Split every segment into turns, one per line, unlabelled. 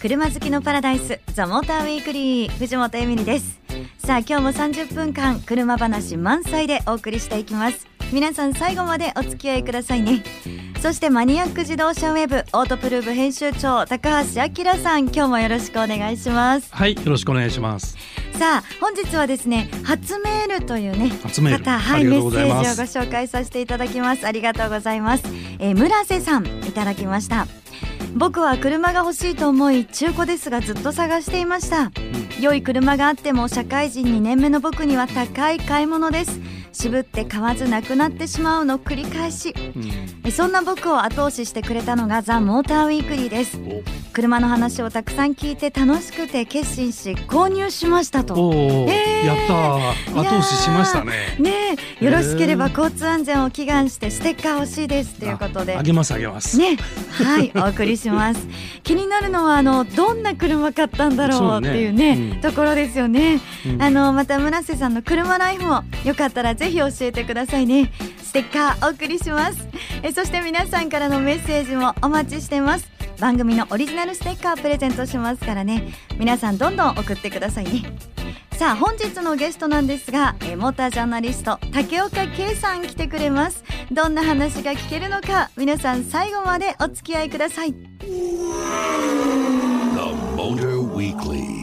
車好きのパラダイスザモーターウィークリー藤本恵美里ですさあ今日も30分間車話満載でお送りしていきます皆さん最後までお付き合いくださいねそしてマニアック自動車ウェブオートプルーブ編集長高橋明さん今日もよろしくお願いします
はい、よろしくお願いします。
さあ本日はですね初メールというね
初メール
方は
あ
い
りが
メ
と
ッ
う
セ
ござ
ー
い
ジを
ま
ご
す
紹介させていただきますありがとうございます、えー、村瀬さんいただきました僕は車が欲しいと思い中古ですがずっと探していました良い車があっても社会人2年目の僕には高い買い物です渋って買わずなくなってしまうの繰り返し
うん
えそんな僕を後押ししてくれたのがザ・モーターウィークリーです車の話をたくさん聞いて楽しくて決心し購入しましたと
おおー、
えー
やっ
い
たー、
やー
後押ししましたね。
ねえよろしければ
えー
交通安全を祈願してステッカー欲しいですということで
ああげますあげます。
ねはいお送りします気になるのはあのどんな車買ったんだろう
そう
っ
ね
ていうね
うん
ところですよね、
うん
あのまた村瀬さんの車ライフもよかったらぜひ教えてくださいねステッカーお送りしますえそして皆さんからのメッセージもお待ちしてます番組のオリジナルステッカープレゼントしますからね皆さんどんどん送ってくださいねさあ本日のゲストなんですがえーモータージャーナリスト竹岡圭さん来てくれますどんな話が聞けるのか皆さん最後までお付き合いください
The Motor Weekly.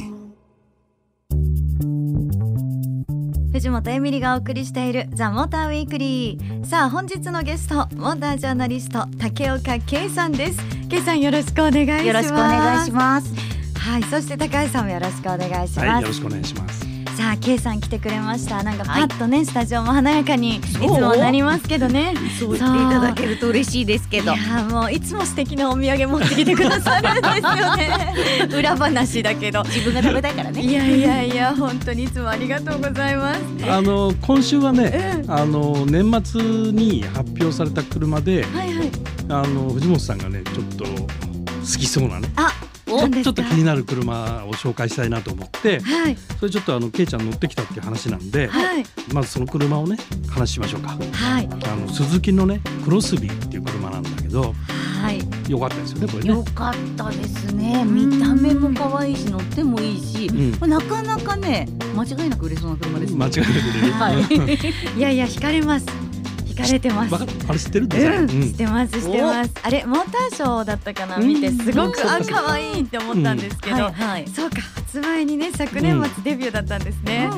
藤本エミリがお送りしているザ・モーターウィークリーさあ本日のゲストモータージャーナリスト竹岡圭さんです圭さんよろしくお願いします
よろしくお願いします。
すはいそして高橋さんもよろしくお願いします、
はい、よろしくお願いします。
さあ K さん来てくれましたなんかパ
はい
ッとね、スタジオも華やかにいつもなりますけどね
そう言っていただけると嬉しいですけ
い
ど
や。ーもういつも素敵なお土産持ってきてくださるんですよね裏話だけど
自分が食べたいからね。
いやいやいや本当にいつもありがとうございます
あの今週はね、
う
あの年末に発表された車で、
はいはい
あの藤本さんがねちょっと好きそうなね。
あ
ちょ
何です
ちょ
か
っと気になる車を紹介したいなと思って、
はい
それちょっとあのケイちゃん乗ってきたっていう話なんで、
はい
まずその車をね話しましょうか。
はい
あの鈴木のねクロスビーっていう車なんだけど、
はい
良かったですよねこれね
よ。かったですね。
うん
見た目も可愛いし、乗ってもいいし
う。ん
なかなかね、間違いなく売れそうな車ですね。
間違えてくれる。
はい。
いやいや惹かれます惹かれてます
わかっあれ知ってるんだ
う
ね
ん、してますしてますあれモーターショーだったかな見て
うん
すごく、
うん
あ可愛いって思ったんですけど、
はいはい。
そうか発売にね昨年末デビューだったんですね、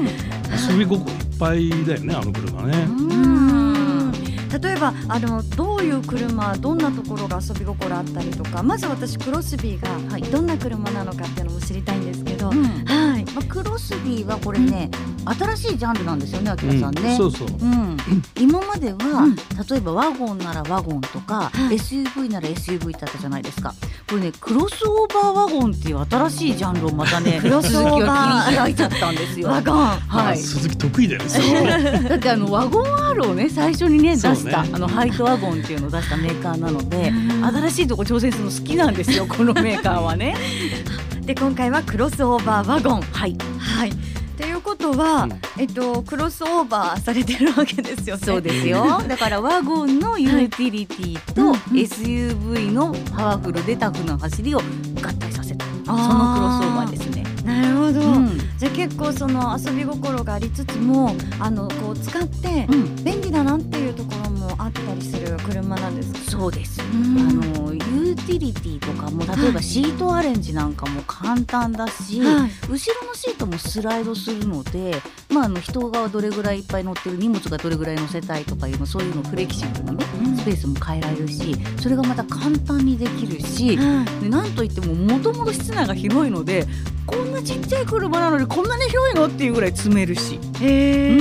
遊び心いっぱいだよねあの車ね。
う
うんん例えばあのどういう車どんなところが遊び心あったりとかまず私クロスビー
はい
がどんな車なのかっていうのも知りたいんですけど、
うん
はい
まあクロスビーはこれね、新しいジャンルなんですよね、あきらさん
う
ね。
そうそう。
うん、今までは、
うん
例えばワゴンならワゴンとか、
はい
SUV なら SUV だったじゃないですかこれねクロスオーバーワゴンっていう新しいジャンルをまたね
クロスオーバー
鈴木は切り開いちゃったんですよ。
ワゴン
ま
は
あ
い
鈴木得意だよね。それは
だってあのワゴン R をね最初にね出
そうね
した、あのハイトワゴンっていうのを出したメーカーなので
うん
新しいとこ挑戦するの好きなんですよこのメーカーはね。
で今回はクロスオーバーワゴン
はい
はいということは、
うん
えっとクロスオーバーされてるわけですよね
そうですよ。 だからワゴンのユーティリティ
うんう
と
ん
SUV のパワフルでタフな走りを合体させた。そのクロスオ
あー
ーバーですね。
なるほど、
うん
じゃあ結構その遊び心がありつつもあのこう使って
うん、
便利だなっていうところもあったりする車なんですか
そうです。
う
あ
ん
のユーティリティとかも例えばシートアレンジなんかも簡単だし、
はい
後ろのシートもスライドするので、まあ、あの人がどれぐらいいっぱい乗ってる荷物がどれぐらい乗せたいとかいうのそういうのをフレキシブルにねスペースも変えられるしそれがまた簡単にできるし、
はい
でなんといってももともと室内が広いのでこんなちっちゃい車なのにこんなに広いのっていうぐらい積めるし、
へ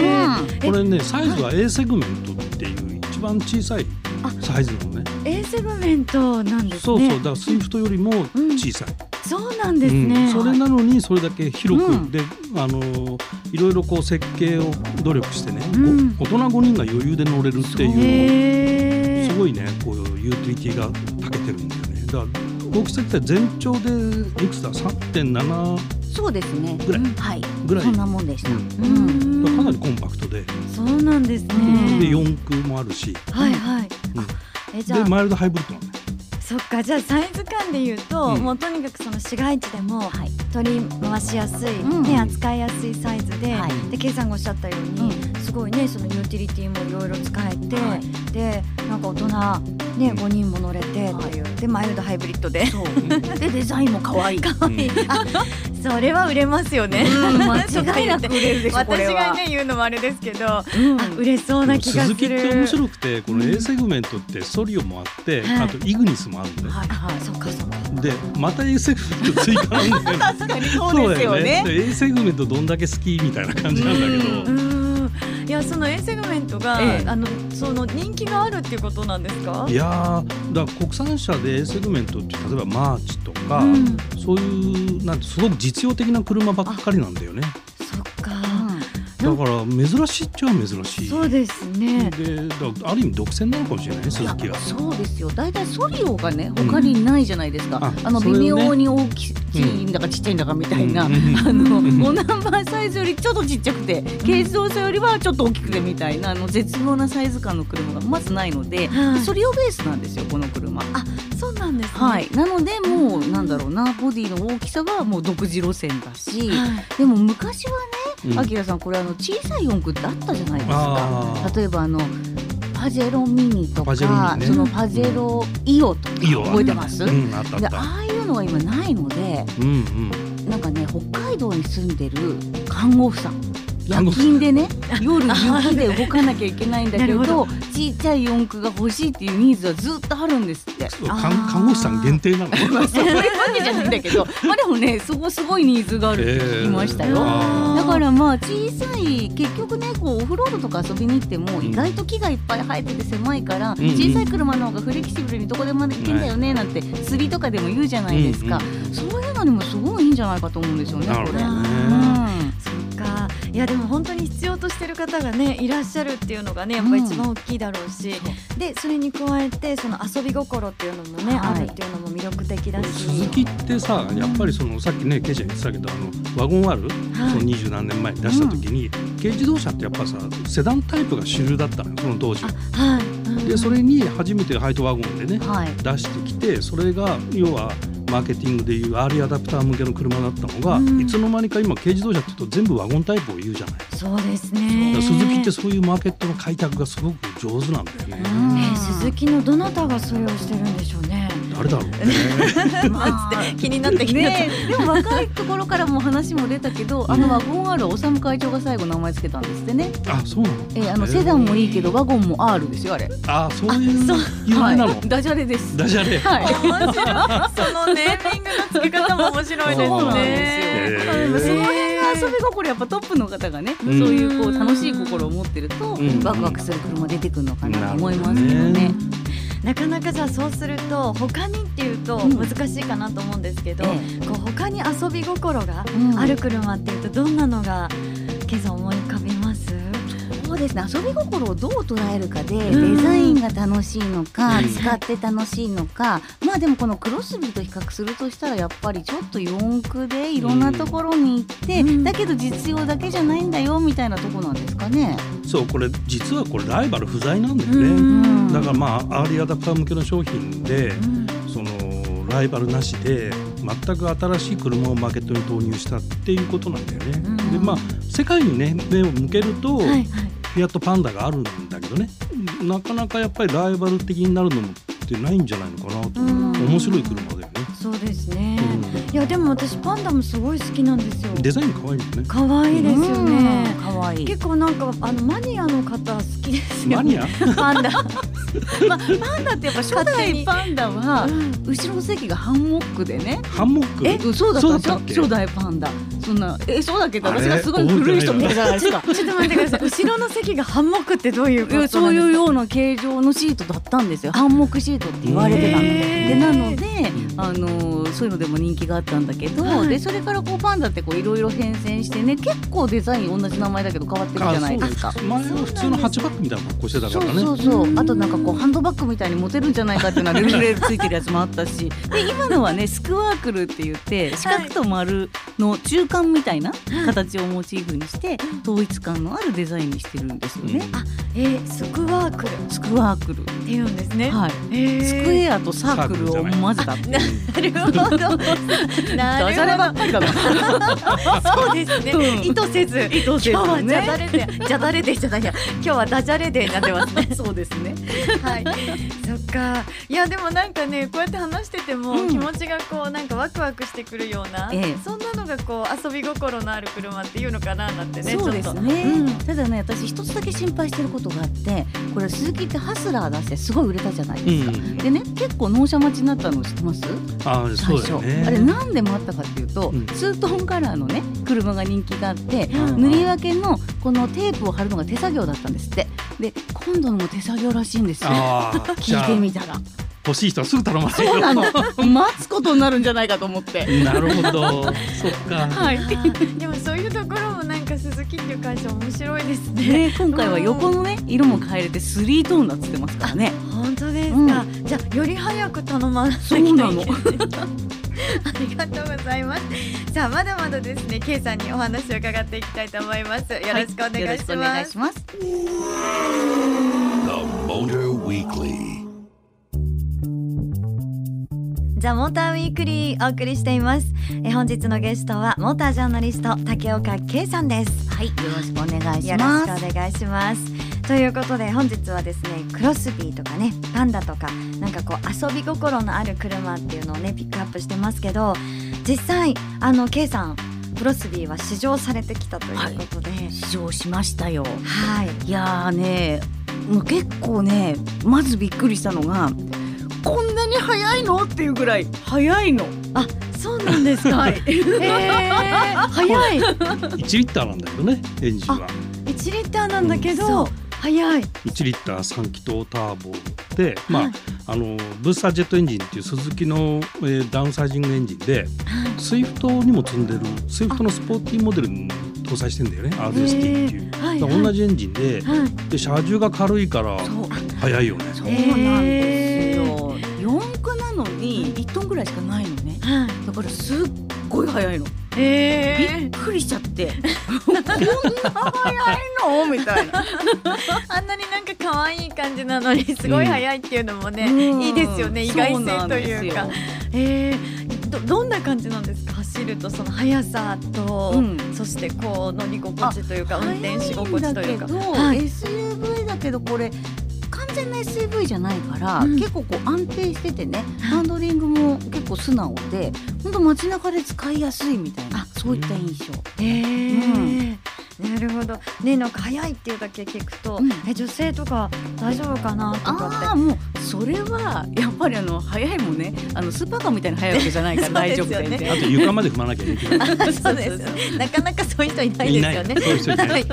ー
これねサイズは A セグメントっていう一番小さい
あ
サイズのね。
A セグメントなんですね。
そうそうだからスイフトよりも小さい。
そうなんですね。
うんそれなのにそれだけ広く、
うん
であのいろいろこう設計を努力してね、
うん
こ大人5人が余裕で乗れるっていう。
へー
すごいねこういうユーティリティが長けてるんだよねだから大きさって全長でいくつだ3.7
そうですね
ぐらい
はい
ぐらい、
そ
うんんだ
なもんでした、
か
うん
らかなりコンパクトで,、
そうなんですね。
うん
で4駆もあるし、
はいはい。
うん
えじゃ
で
あ
マイルドハイブリッドなんだよ
そっかじゃあサイズ感で言うと、
うん
もうとにかくその市街地でも
はい
取り回しやすい、
うん
ね扱いやすいサイズで、
はい
でケイさんがおっしゃったように、すごいねそのユーティリティもいろいろ使えて、
は
でなんか大人ね5人も乗れてっていう、でマイルドハイブリッドで
そうでデザインも 可愛い
可愛いあそれは売れますよね。
うん間違いなく売れるでしょこ
私
れは
がね言うのもあれですけど、
うん
あ売れそうな気がす
鈴
る。
木って面白くてこの A セグメントってソリオもあって、
はい
あとイグニスもあるんで、
はいはい
そっかそっか。
でまた A セグメント追加なんだよ
確かにそうですよ ね
そうだよで A セグメントどんだけ好きみたいな感じなんだけど、
うーんいやその A セグメントが、
ええ
あのその人気があるっていうことなんですか
い？やーだから国産車で A セグメントって例えばマーチとか、
うん
そういうなんてすごく実用的な車ばっかりなんだよね
そっ
う
か、
ん
だから珍しいっちゃ珍しい
そうですね。
でだからある意味独占なのかもしれないね鈴木が。
そうですよ大体ソリオがね他にないじゃないですか、
あ
あの
それ
微
ね
妙に大きいんだかちっちゃいんだかみたいな、
うん うん
あ
ん
のおナンバーサイズよりちょっとちっちゃくて軽自動車よりはちょっと大きくてみたいなあの絶妙なサイズ感の車がまずないので、
はい
ソリオベースなんですよこの車。
そうなんですね。
はい、なのでもうなんだろうなボディの大きさはもう独自路線だし、
はい
でも昔は
うん
ね、あきらさんこれあの小さい四駆ってあったじゃないですか。
あ
例えばあのパジェロミニと
パジェロ
か、
ミニね
そのパジェロイオとか
イオは
覚えてます、
ーうんあったあっ
で
た。
ああいうのは今ないので
うんうん。
なんかね北海道に住んでる看護婦さん夜
の
勤でね夜雪で動かなきゃいけないんだけ
な
ど
るほ
ちっちゃい四駆が欲しいっていうニーズはずっとあるんです って。
そう
あ
看
ー
看護師さん限定なの。
まあ、そう いうわけじゃないんだけど、まあでもね、そこすごいニーズがあるって聞きましたよ。
えー
あ
だからまあ小さい結局ねこうオフロードとか遊びに行っても
ん
意外と木がいっぱい生えてて狭いから
んうん
小さい車の方がフレキシブルにどこでも行けんだよねなんて釣りとかでも言うじゃ
ー
ないですか
うんうん
そういうのにもすごいいいんじゃないかと思うんですよね
なる
こ
ほ
れ。
どね。
う
そっかいやでも本当に必要としてる方がねいらっしゃるっていうのがねやっぱり一番大きいだろうし、でそれに加えてその遊び心っていうのもね、
はい
あるっていうのも魅力的だし
鈴木ってさやっぱりそのさっきねケイちゃん言ってたけどあのワゴン R
はい
その二十何年前に出した時に、軽自動車ってやっぱさセダンタイプが主流だったのよその当時は。
はい、うん
でそれに初めてハイトワゴンでね
んはい
出してきてそれが要はマーケティングでいうアーリーアダプター向けの車だったのが、
うん
いつの間にか今軽自動車っていうと全部ワゴンタイプを言うじゃない。だ
そうです
か
ね
ら鈴木ってそういうマーケットの開拓がすごく上手なんだよね。
うん
えー鈴木のどなたがそれをしてるんでしょうね。
誰だろうね。
まあ
気になってきた。
ねえ、でも若いところからも話も出たけど、あのワゴン R はおさむ会長が最後名前つけたんですってね。
あそうなの。
えーあのセダンもいいけどワゴンも R ですよあれ。
あそういう
そう
有名なの。
い、ダジャレです。
ダジャレ。
はい。
面白い。そのネーミングの付け方も面白いですね。
そうなん
で
へー
その辺が遊び心やっぱトップの方がね、
うん
そういうこう楽しい心を持ってると、
ん
ワクワクする車出てくるのかなと思いますけどね。
なかなかじゃあそうすると他にっていうと
うん
難しいかなと思うんですけど、
え
こう他に遊び心が
うん
ある車っていうとどんなのが今朝思い浮かびます？
そうですね遊び心をどう捉えるかで
ん
デザインが楽しいのか
うん
使って楽しいのかまあでもこのクロスビーと比較するとしたらやっぱりちょっと四駆でいろんなところに行って
うん
だけど実用だけじゃないんだよみたいなとこなんですかね。
そうこれ実はこれライバル不在なんだよ
う
ね。
ん
だからまあアーリーアダプター向けの商品でそのライバルなしで全く新しい車をマーケットに投入したっていうことなんだよね。
うん
でまあ世界にね目を向けると、
はいはい。
フィアットパンダがあるんだけどねなかなかやっぱりライバル的になるのもってないんじゃないのかなと、
うん
面白い車だよね。
そうですね。
う
いやでも私パンダもすごい好きなんですよ。
んデザイン可愛いよね。
可愛いですよね。
うん。可愛い
結構なんかあのマニアの方好きですよね。
マ ニア
パンダ。
パンダってやっぱ初
勝手
代
に
パンダは後ろの席がハンモックでね。
ハンモック
うんそうだったでし
そうだったっけ
ょ初代パンダ。そんなえそうだっけど
あれ
私がすごい古い人みたいじゃないですか。
ちょっと待ってください。後ろの席がハンモックってどういうこ
い
となん
や
ですか？
そういうような形状のシートだったんですよハンモックシートって言われてたの。
へー
でなので、あのーそういうのでも人気があったんだけど、
はい
でそれからこうパンダってこういろいろ変遷してね結構デザイン同じ名前だけど変わってるじゃないですか。
前は普通のハッチバックみたいな格好してた
そ
か
う
らね。
そうそうあとなんかこうハンドバッグみたいに持てるんじゃないかっていうのはルルレールついてるやつもあったしで今のはねスクワークルって言って四角と丸の中間みたいな
はい
形をモチーフにして統一感のあるデザインにしてるんですよ
うん
ね。
あえー、スクワークルっ
スクワークル、
ていうんですね。
はい、
えー
スクエアとサークルを混ぜたっていう。
なるほど。な
ダジャレばっかりだな。
そうですね。
うん
意図せず。
意図せずね
今日はじゃだれで、 じゃだれでじゃないや。今日はダジャレでになってますね。
そうですね。
はい。そっか。いやでもなんかね、こうやって話してても、
うん
気持ちがこうなんかワクワクしてくるような、
ええ
そんなのがこう遊び心のある車っていうのかななんてね。
そうです
ちょっ
ね、
うん
ただね私一つだけ心配してることがあってこれ鈴木ってハスラー出してすごい売れたじゃないですか、
うん
でね結構納車待ちになったの知ってます
あー
最
そう
初、
だよね
あれなんで待ったかっていうと、
うん
ツートンカラーのね車が人気があって
と
うん
塗り分けのこのテープを貼るのが手作業だったんですってで今度のも手作業らしいんですよ
ああじ
聞
ゃ
い
あ
てみたら
欲しい人はすぐ頼まない
そう
よ
なの待つことになるんじゃないかと 思って
なるほどそっか
はい
あー でもそういうところもなんか鈴木っていう会社面白いですね。
ね、今回は横のね色も変えれてスリートーンだっつってますからね
本当ですか。じゃあより早く頼まなきゃいけない ですね。ありがとうございます。さあまだまだですね、ケイさんにお話を伺っていきたいと思います。よろしくお願いし
はいよろくお願
ま
い
す
し。ます。
The Motor Weekly.
ザ・モーターウィークリーお送りしていますえ本日のゲストはモータージャーナリスト竹岡圭さんです
はい、よろしくお願いし
よろし
ま
く
す。
お願いしますということで本日はですねクロスビーとかねパンダとかなんかこう遊び心のある車っていうのをねピックアップしてますけど実際あの圭さんクロスビーは試乗されてきたということで
試乗しましたよ。
はい、
いやーね、もう結構ね、まずびっくりしたのが、こんなに早いのっていうぐらい早いの。
あそうなんですか、えー、早い
1リッターなんだけどねエンジンは
1リッターなんだけ
そ
ど、
う
早い
1リッター3気筒ターボで、
は
ま
い
あ、あのブースタージェットエンジンっていうスズキの、えーダウンサイジングエンジンでスイフトにも積んでるスイフトのスポーティーモデルに搭載してんだよね RST っていう。だ
はい
から同じエンジンで
はい
で車重が軽いから
そう、
速いよね。
そうなんですよ。四駆なのに一トンぐらいしかないのね。
はい
だからすっごい早いの。び
え
っくりしちゃって、こんな早いのみたいな。
あんなになんか可愛い感じなのにすごい早いっていうのもね、
うん
いいですよね意外
そうな
性
ん
と
です
いう
よ
かえー、どどんな感じなんですか走るとその速さと、
うん
そしてこう乗り心地というか
早
運
いんだ
転し心地というか
けど、
はい
SUV だけどこれ完全な SUV じゃないから、
うん
結構こう安定しててねハンドリングも結構素直で本当街中で使いやすいみたいな
あ
そういった印象。
えーなるほどねなんか早いっていうだけ聞くと、
うん
え女性とか大丈夫かなと
あ
か
あ
っ
もうそれはやっぱりあの早いもんねあのスーパーカーみたいな速いわけじゃない から大丈夫
そうですよね
全
あ
然。
と床まで踏まなきゃいけ ない。
てそうですよね なかなかそういう人いないですよね
いないそういう人いない
はい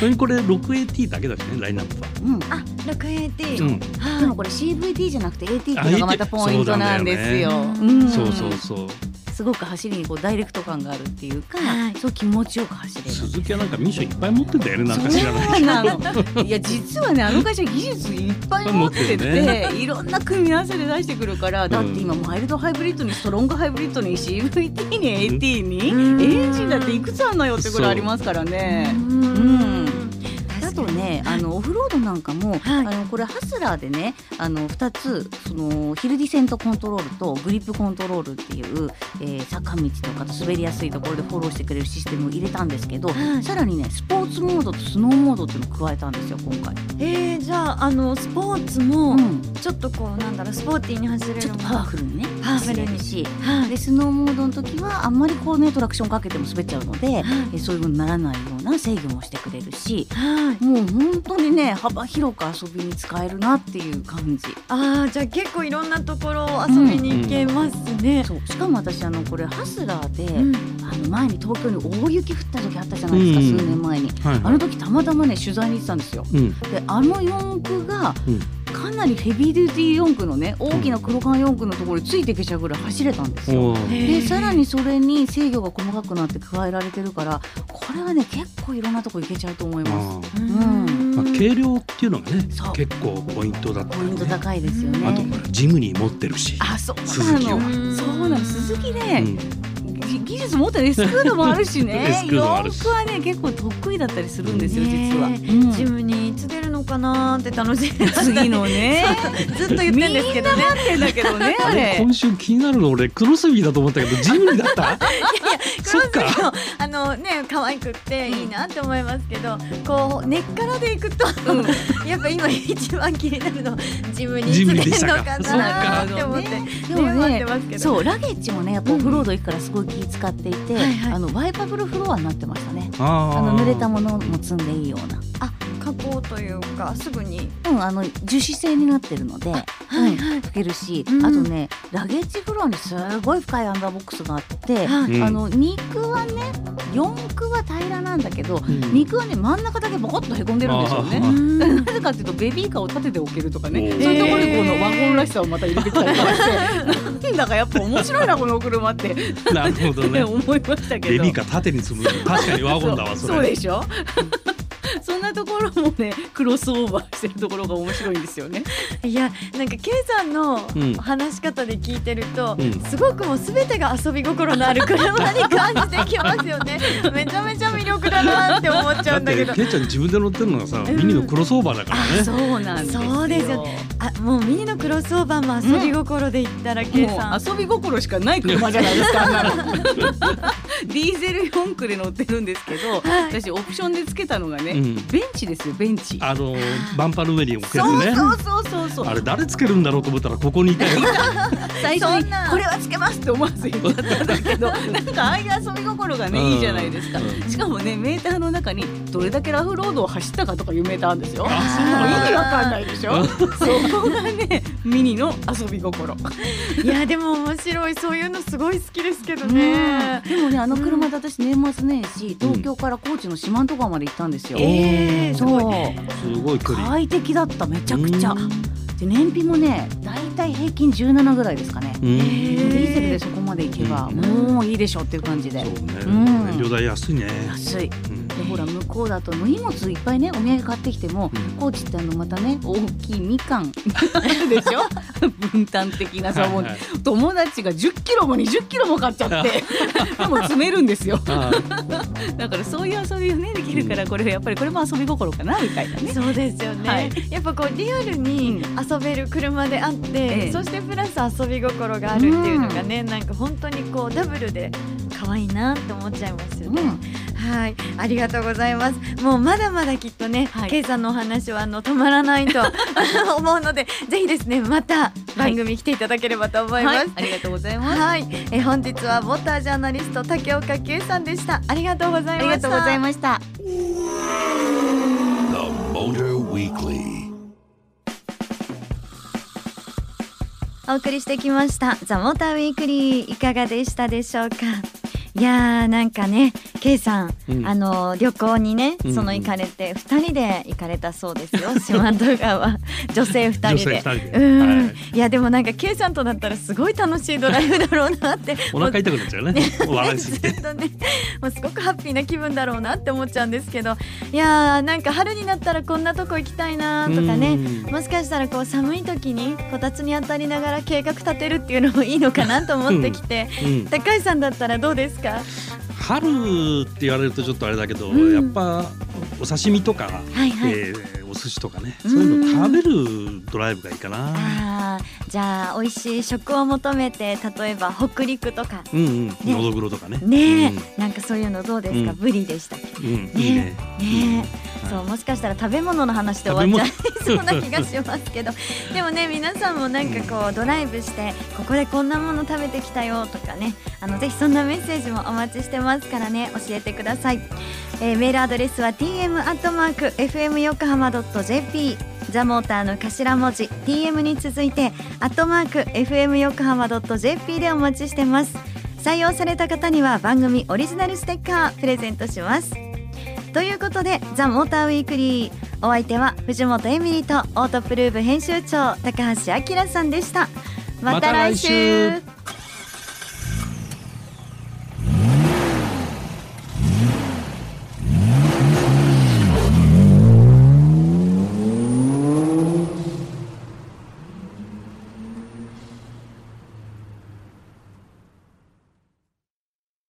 それにこれ 6AT だけだしねラインナップは。
うん
あ 6AT、
うん
でも
は
これ CVT じゃなくて AT っていうのがまたポイントなんですよ。
そうなんだよ
ん
そうそうそう。
すごく走りにこうダイレクト感があるっていうか、
はい
そう気持ちよく走れる。
鈴木はなんかミッションいっぱい持ってんだよねなんか知らない。
そうなの。いや実はねあの会社技術いっぱい持っ
持
てて
ってる
いろんな組み合わせで出してくるから、だって今マイルドハイブリッドにストロングハイブリッドに CVT に AT に
うん
エンジンだっていくつあんのよってぐらいありますから
い、
ね。
ん
うん
確か
あ
に
とね、あのオフロードなんかも、
はい
あのこれハスラーでね、あの二つそのヒルディセントコントロールとグリップコントロールっていう、えー坂道とかと滑りやすいところでフォローしてくれるシステムを入れたんですけど、
はい
さらにねスポーツモードとスノーモードっていうのを加えたんですよ今回。
えー、じゃああのスポーツも
うん
ちょっとこうなんだろうスポーティーに走れる
ちょっとパワフルにね
パワフルに
走れるし
はい
でスノーモードの時はあんまりこうねトラクションかけても滑っちゃうので、えそういう風にならないような制御もしてくれるし
はい
もう本当にね幅広く遊びに使えるなっていう感じ
あーじゃあ結構いろんなところを遊びに行けますね、
そうしかも私あのこれハスラーで、
うん
あの前に東京に大雪降った時あったじゃないですか、
うん
数年前に
はい
あ
は
の
い。
時たまたまね取材に行ってたんですよ
うん
であの四駆が
うん
かなりヘビーデューティー四駆のね大きな黒缶四駆のところについていけちゃうぐらい走れたんですよ
おー。
へ
で
ー
さらにそれに制御が細かくなって加えられてるからこれはね結構いろんなとこ行けちゃうと思います
あー
うん
まあ、軽量っていうのがね
そう
結構ポイントだった
ポイ
よ
ント
ね。
高いですよ
あと
ね
ほらジムニー持ってるし。
あそう
鈴木
な
は
のそうなの鈴木ね、
うん
技術持ってる S クールもあるし ね
S クール
洋
もあるし
服はね結構得意だったりするんですよ、
ねえ
実は、
ジムにいつ出るのかなーって楽しみ
次のね
ずっと言ってんですけどね
ってんだけどね あれ
今週気になるの俺クロスビーだと思ったけどジムニー だった
ク
そっ
ロスビ
か
のあのね可愛くっていいなって思いますけど、こう根っからでいくと、 やっぱ今一番気になるのジムにいつ出るのか
ジムでした
な
か
ーって思って、ね、
でも
待っ
ね
てますけど。
そうラゲッジもねやっぱオフロード行くからすごい気使っていて、
はいはい
あのワイパブルフロアになってましたね
あー
あの濡れたものも積んでいいような
あ加工というかすぐに
うん、あの樹脂製になってるので、
はいはい
うん、拭けるし、
うん
あとねラゲッジフロアにすごい深いアンダーボックスがあって、
はい
うん
あの肉はね4区は平らなんだけど
うん
肉はね真ん中だけボコッとへこんでるんですよ
あ
ね。なぜかっていうとベビーカーを立てて置けるとかね
お
そう
ー
いうところにこのワゴンらしさをまた入れてきたりとか してなんだかやっぱ面白いなこのお車ってって
なるほどね
思いましたけど。
ベビーカー縦に積む確かにワゴンだわ
そ
そうれ
そうでしょ そんなところもねクロスオーバーしてるところが面白いんですよね。
いやなんか K さんの
うん
話し方で聞いてると、
うん
すごくもう全てが遊び心のある車に感じてきますよねめちゃめちゃ魅力だなって思っちゃ
だ
う
っ
んだけ
て
ど
ケイちゃん自分で乗ってるのがさ、
うん
ミニのクロスオーバーだからね
そうなんですよ。
そうですよあもうミニのクロスオーバーも遊び心で言ったら K さん、
もう遊び心しかない車じゃないですか。あんなのディーゼル四駆で乗ってるんですけど、
はい
私オプションでつけたのがね、
うん
ベンチですよベンチ。
あのバンパーの上に置くや
そう
つね
そうそうそうそう。
あれ誰つけるんだろうと思ったらここにいたよ
最初
そん
に
な
これはつけますって思わず言っちゃったんだ けど、なんかああいう遊び心が
うん
ねいいじゃないですか
う。
しかもねメーターの中にどれだけラフロードを走ったかとかいうメーターあるんですよ。もう意
そうなんだ
味わかんないでしょ。そこがねミニの遊び心。
いやでも面白いそういうのすごい好きですけどね
う、んでもねあの車で私年末年始東京から高知の四万十川まで行ったんですよ、
えー
そう
すごい
すごい距離
快適だっためちゃくちゃ
うん
で燃費もねだいたい平均17ぐらいですかね
うん
えー
ディーゼルでそこまで行けば
うん
もういいでしょっていう感じで
そうね、
うん
燃料代安いね、
安い
うん
でほら向こうだと荷物いっぱいねお土産買ってきても
うん
高知ってあのまたね大きいみかんある でしょ分担的なさもう
はいはい
友達が10キロも20キロも買っちゃって でも詰めるんですよ
あ
だからそういう遊びがねできるからこれやっぱりこれも遊び心かなみたいなね。
そうですよね、
はい
やっぱこうリアルに遊べる車であって、
ええ
そしてプラス遊び心があるっていうのがね、なんか本当にこうダブルで可愛いなって思っちゃいますよね、はい、ありがとうございます。もうまだまだきっとね、
はい
ケイさんのお話はあの止まらない と思うので、ぜひですね、また番組来ていただければと思います。
ありがとうござい
はい、
す。
え本日はモータージャーナリスト竹岡圭さんでした。ありがとうござ
あ
い
り
ま
が
した。
とうございました。
The Motor Weekly.
お送りしてきました「ザ・モーターウィークリーいかがでしたでしょうかいやーなんかねケイさん、
うん
あの旅行にね
うんうん
その行かれて、二2人で行かれたそうです よ四万十川女性2人で
女性二人で
うん、
はい
い、やでもなんかケイさんとだったらすごい楽しいドライブだろうなって
お腹痛くなっちゃうね笑い
ず
すぎて
っとね、もうすごくハッピーな気分だろうなって思っちゃうんですけどいやーなんか春になったらこんなとこ行きたいなとかね
うん
もしかしたらこう寒い時にこたつに当たりながら計画立てるっていうのもいいのかなと思ってきて、
うん
高橋さんだったらどうですか
春って言われるとちょっとあれだけど、
うん
やっぱお刺身とか、
はいはい
えーお寿司とかね
う
そ
ん
ういうの食べるドライブがいいかな、
あーじゃあ美味しい食を求めて例えば北陸とか
うんうんのどぐろとかね
ねえ、なんかそういうのどうですか、
うん
ブリでしたっけ
うん、うんいいね
ねえ、
はい
そうもしかしたら食べ物の話で終わっちゃいそうな気がしますけどでもね皆さんもなんかこうドライブしてここでこんなもの食べてきたよとかねあのぜひそんなメッセージもお待ちしてますからね教えてください、えーメールアドレスは tm アットマーク fm 横浜 jp ザモーターの頭文字 tm に続いてアットマーク fm 横浜 jp でお待ちしてます採用された方には番組オリジナルステッカープレゼントしますということで「ザ・モーターウィークリー」お相手は藤本エミリとオートプルーブ編集長高橋明さんでしたまた来週
また来週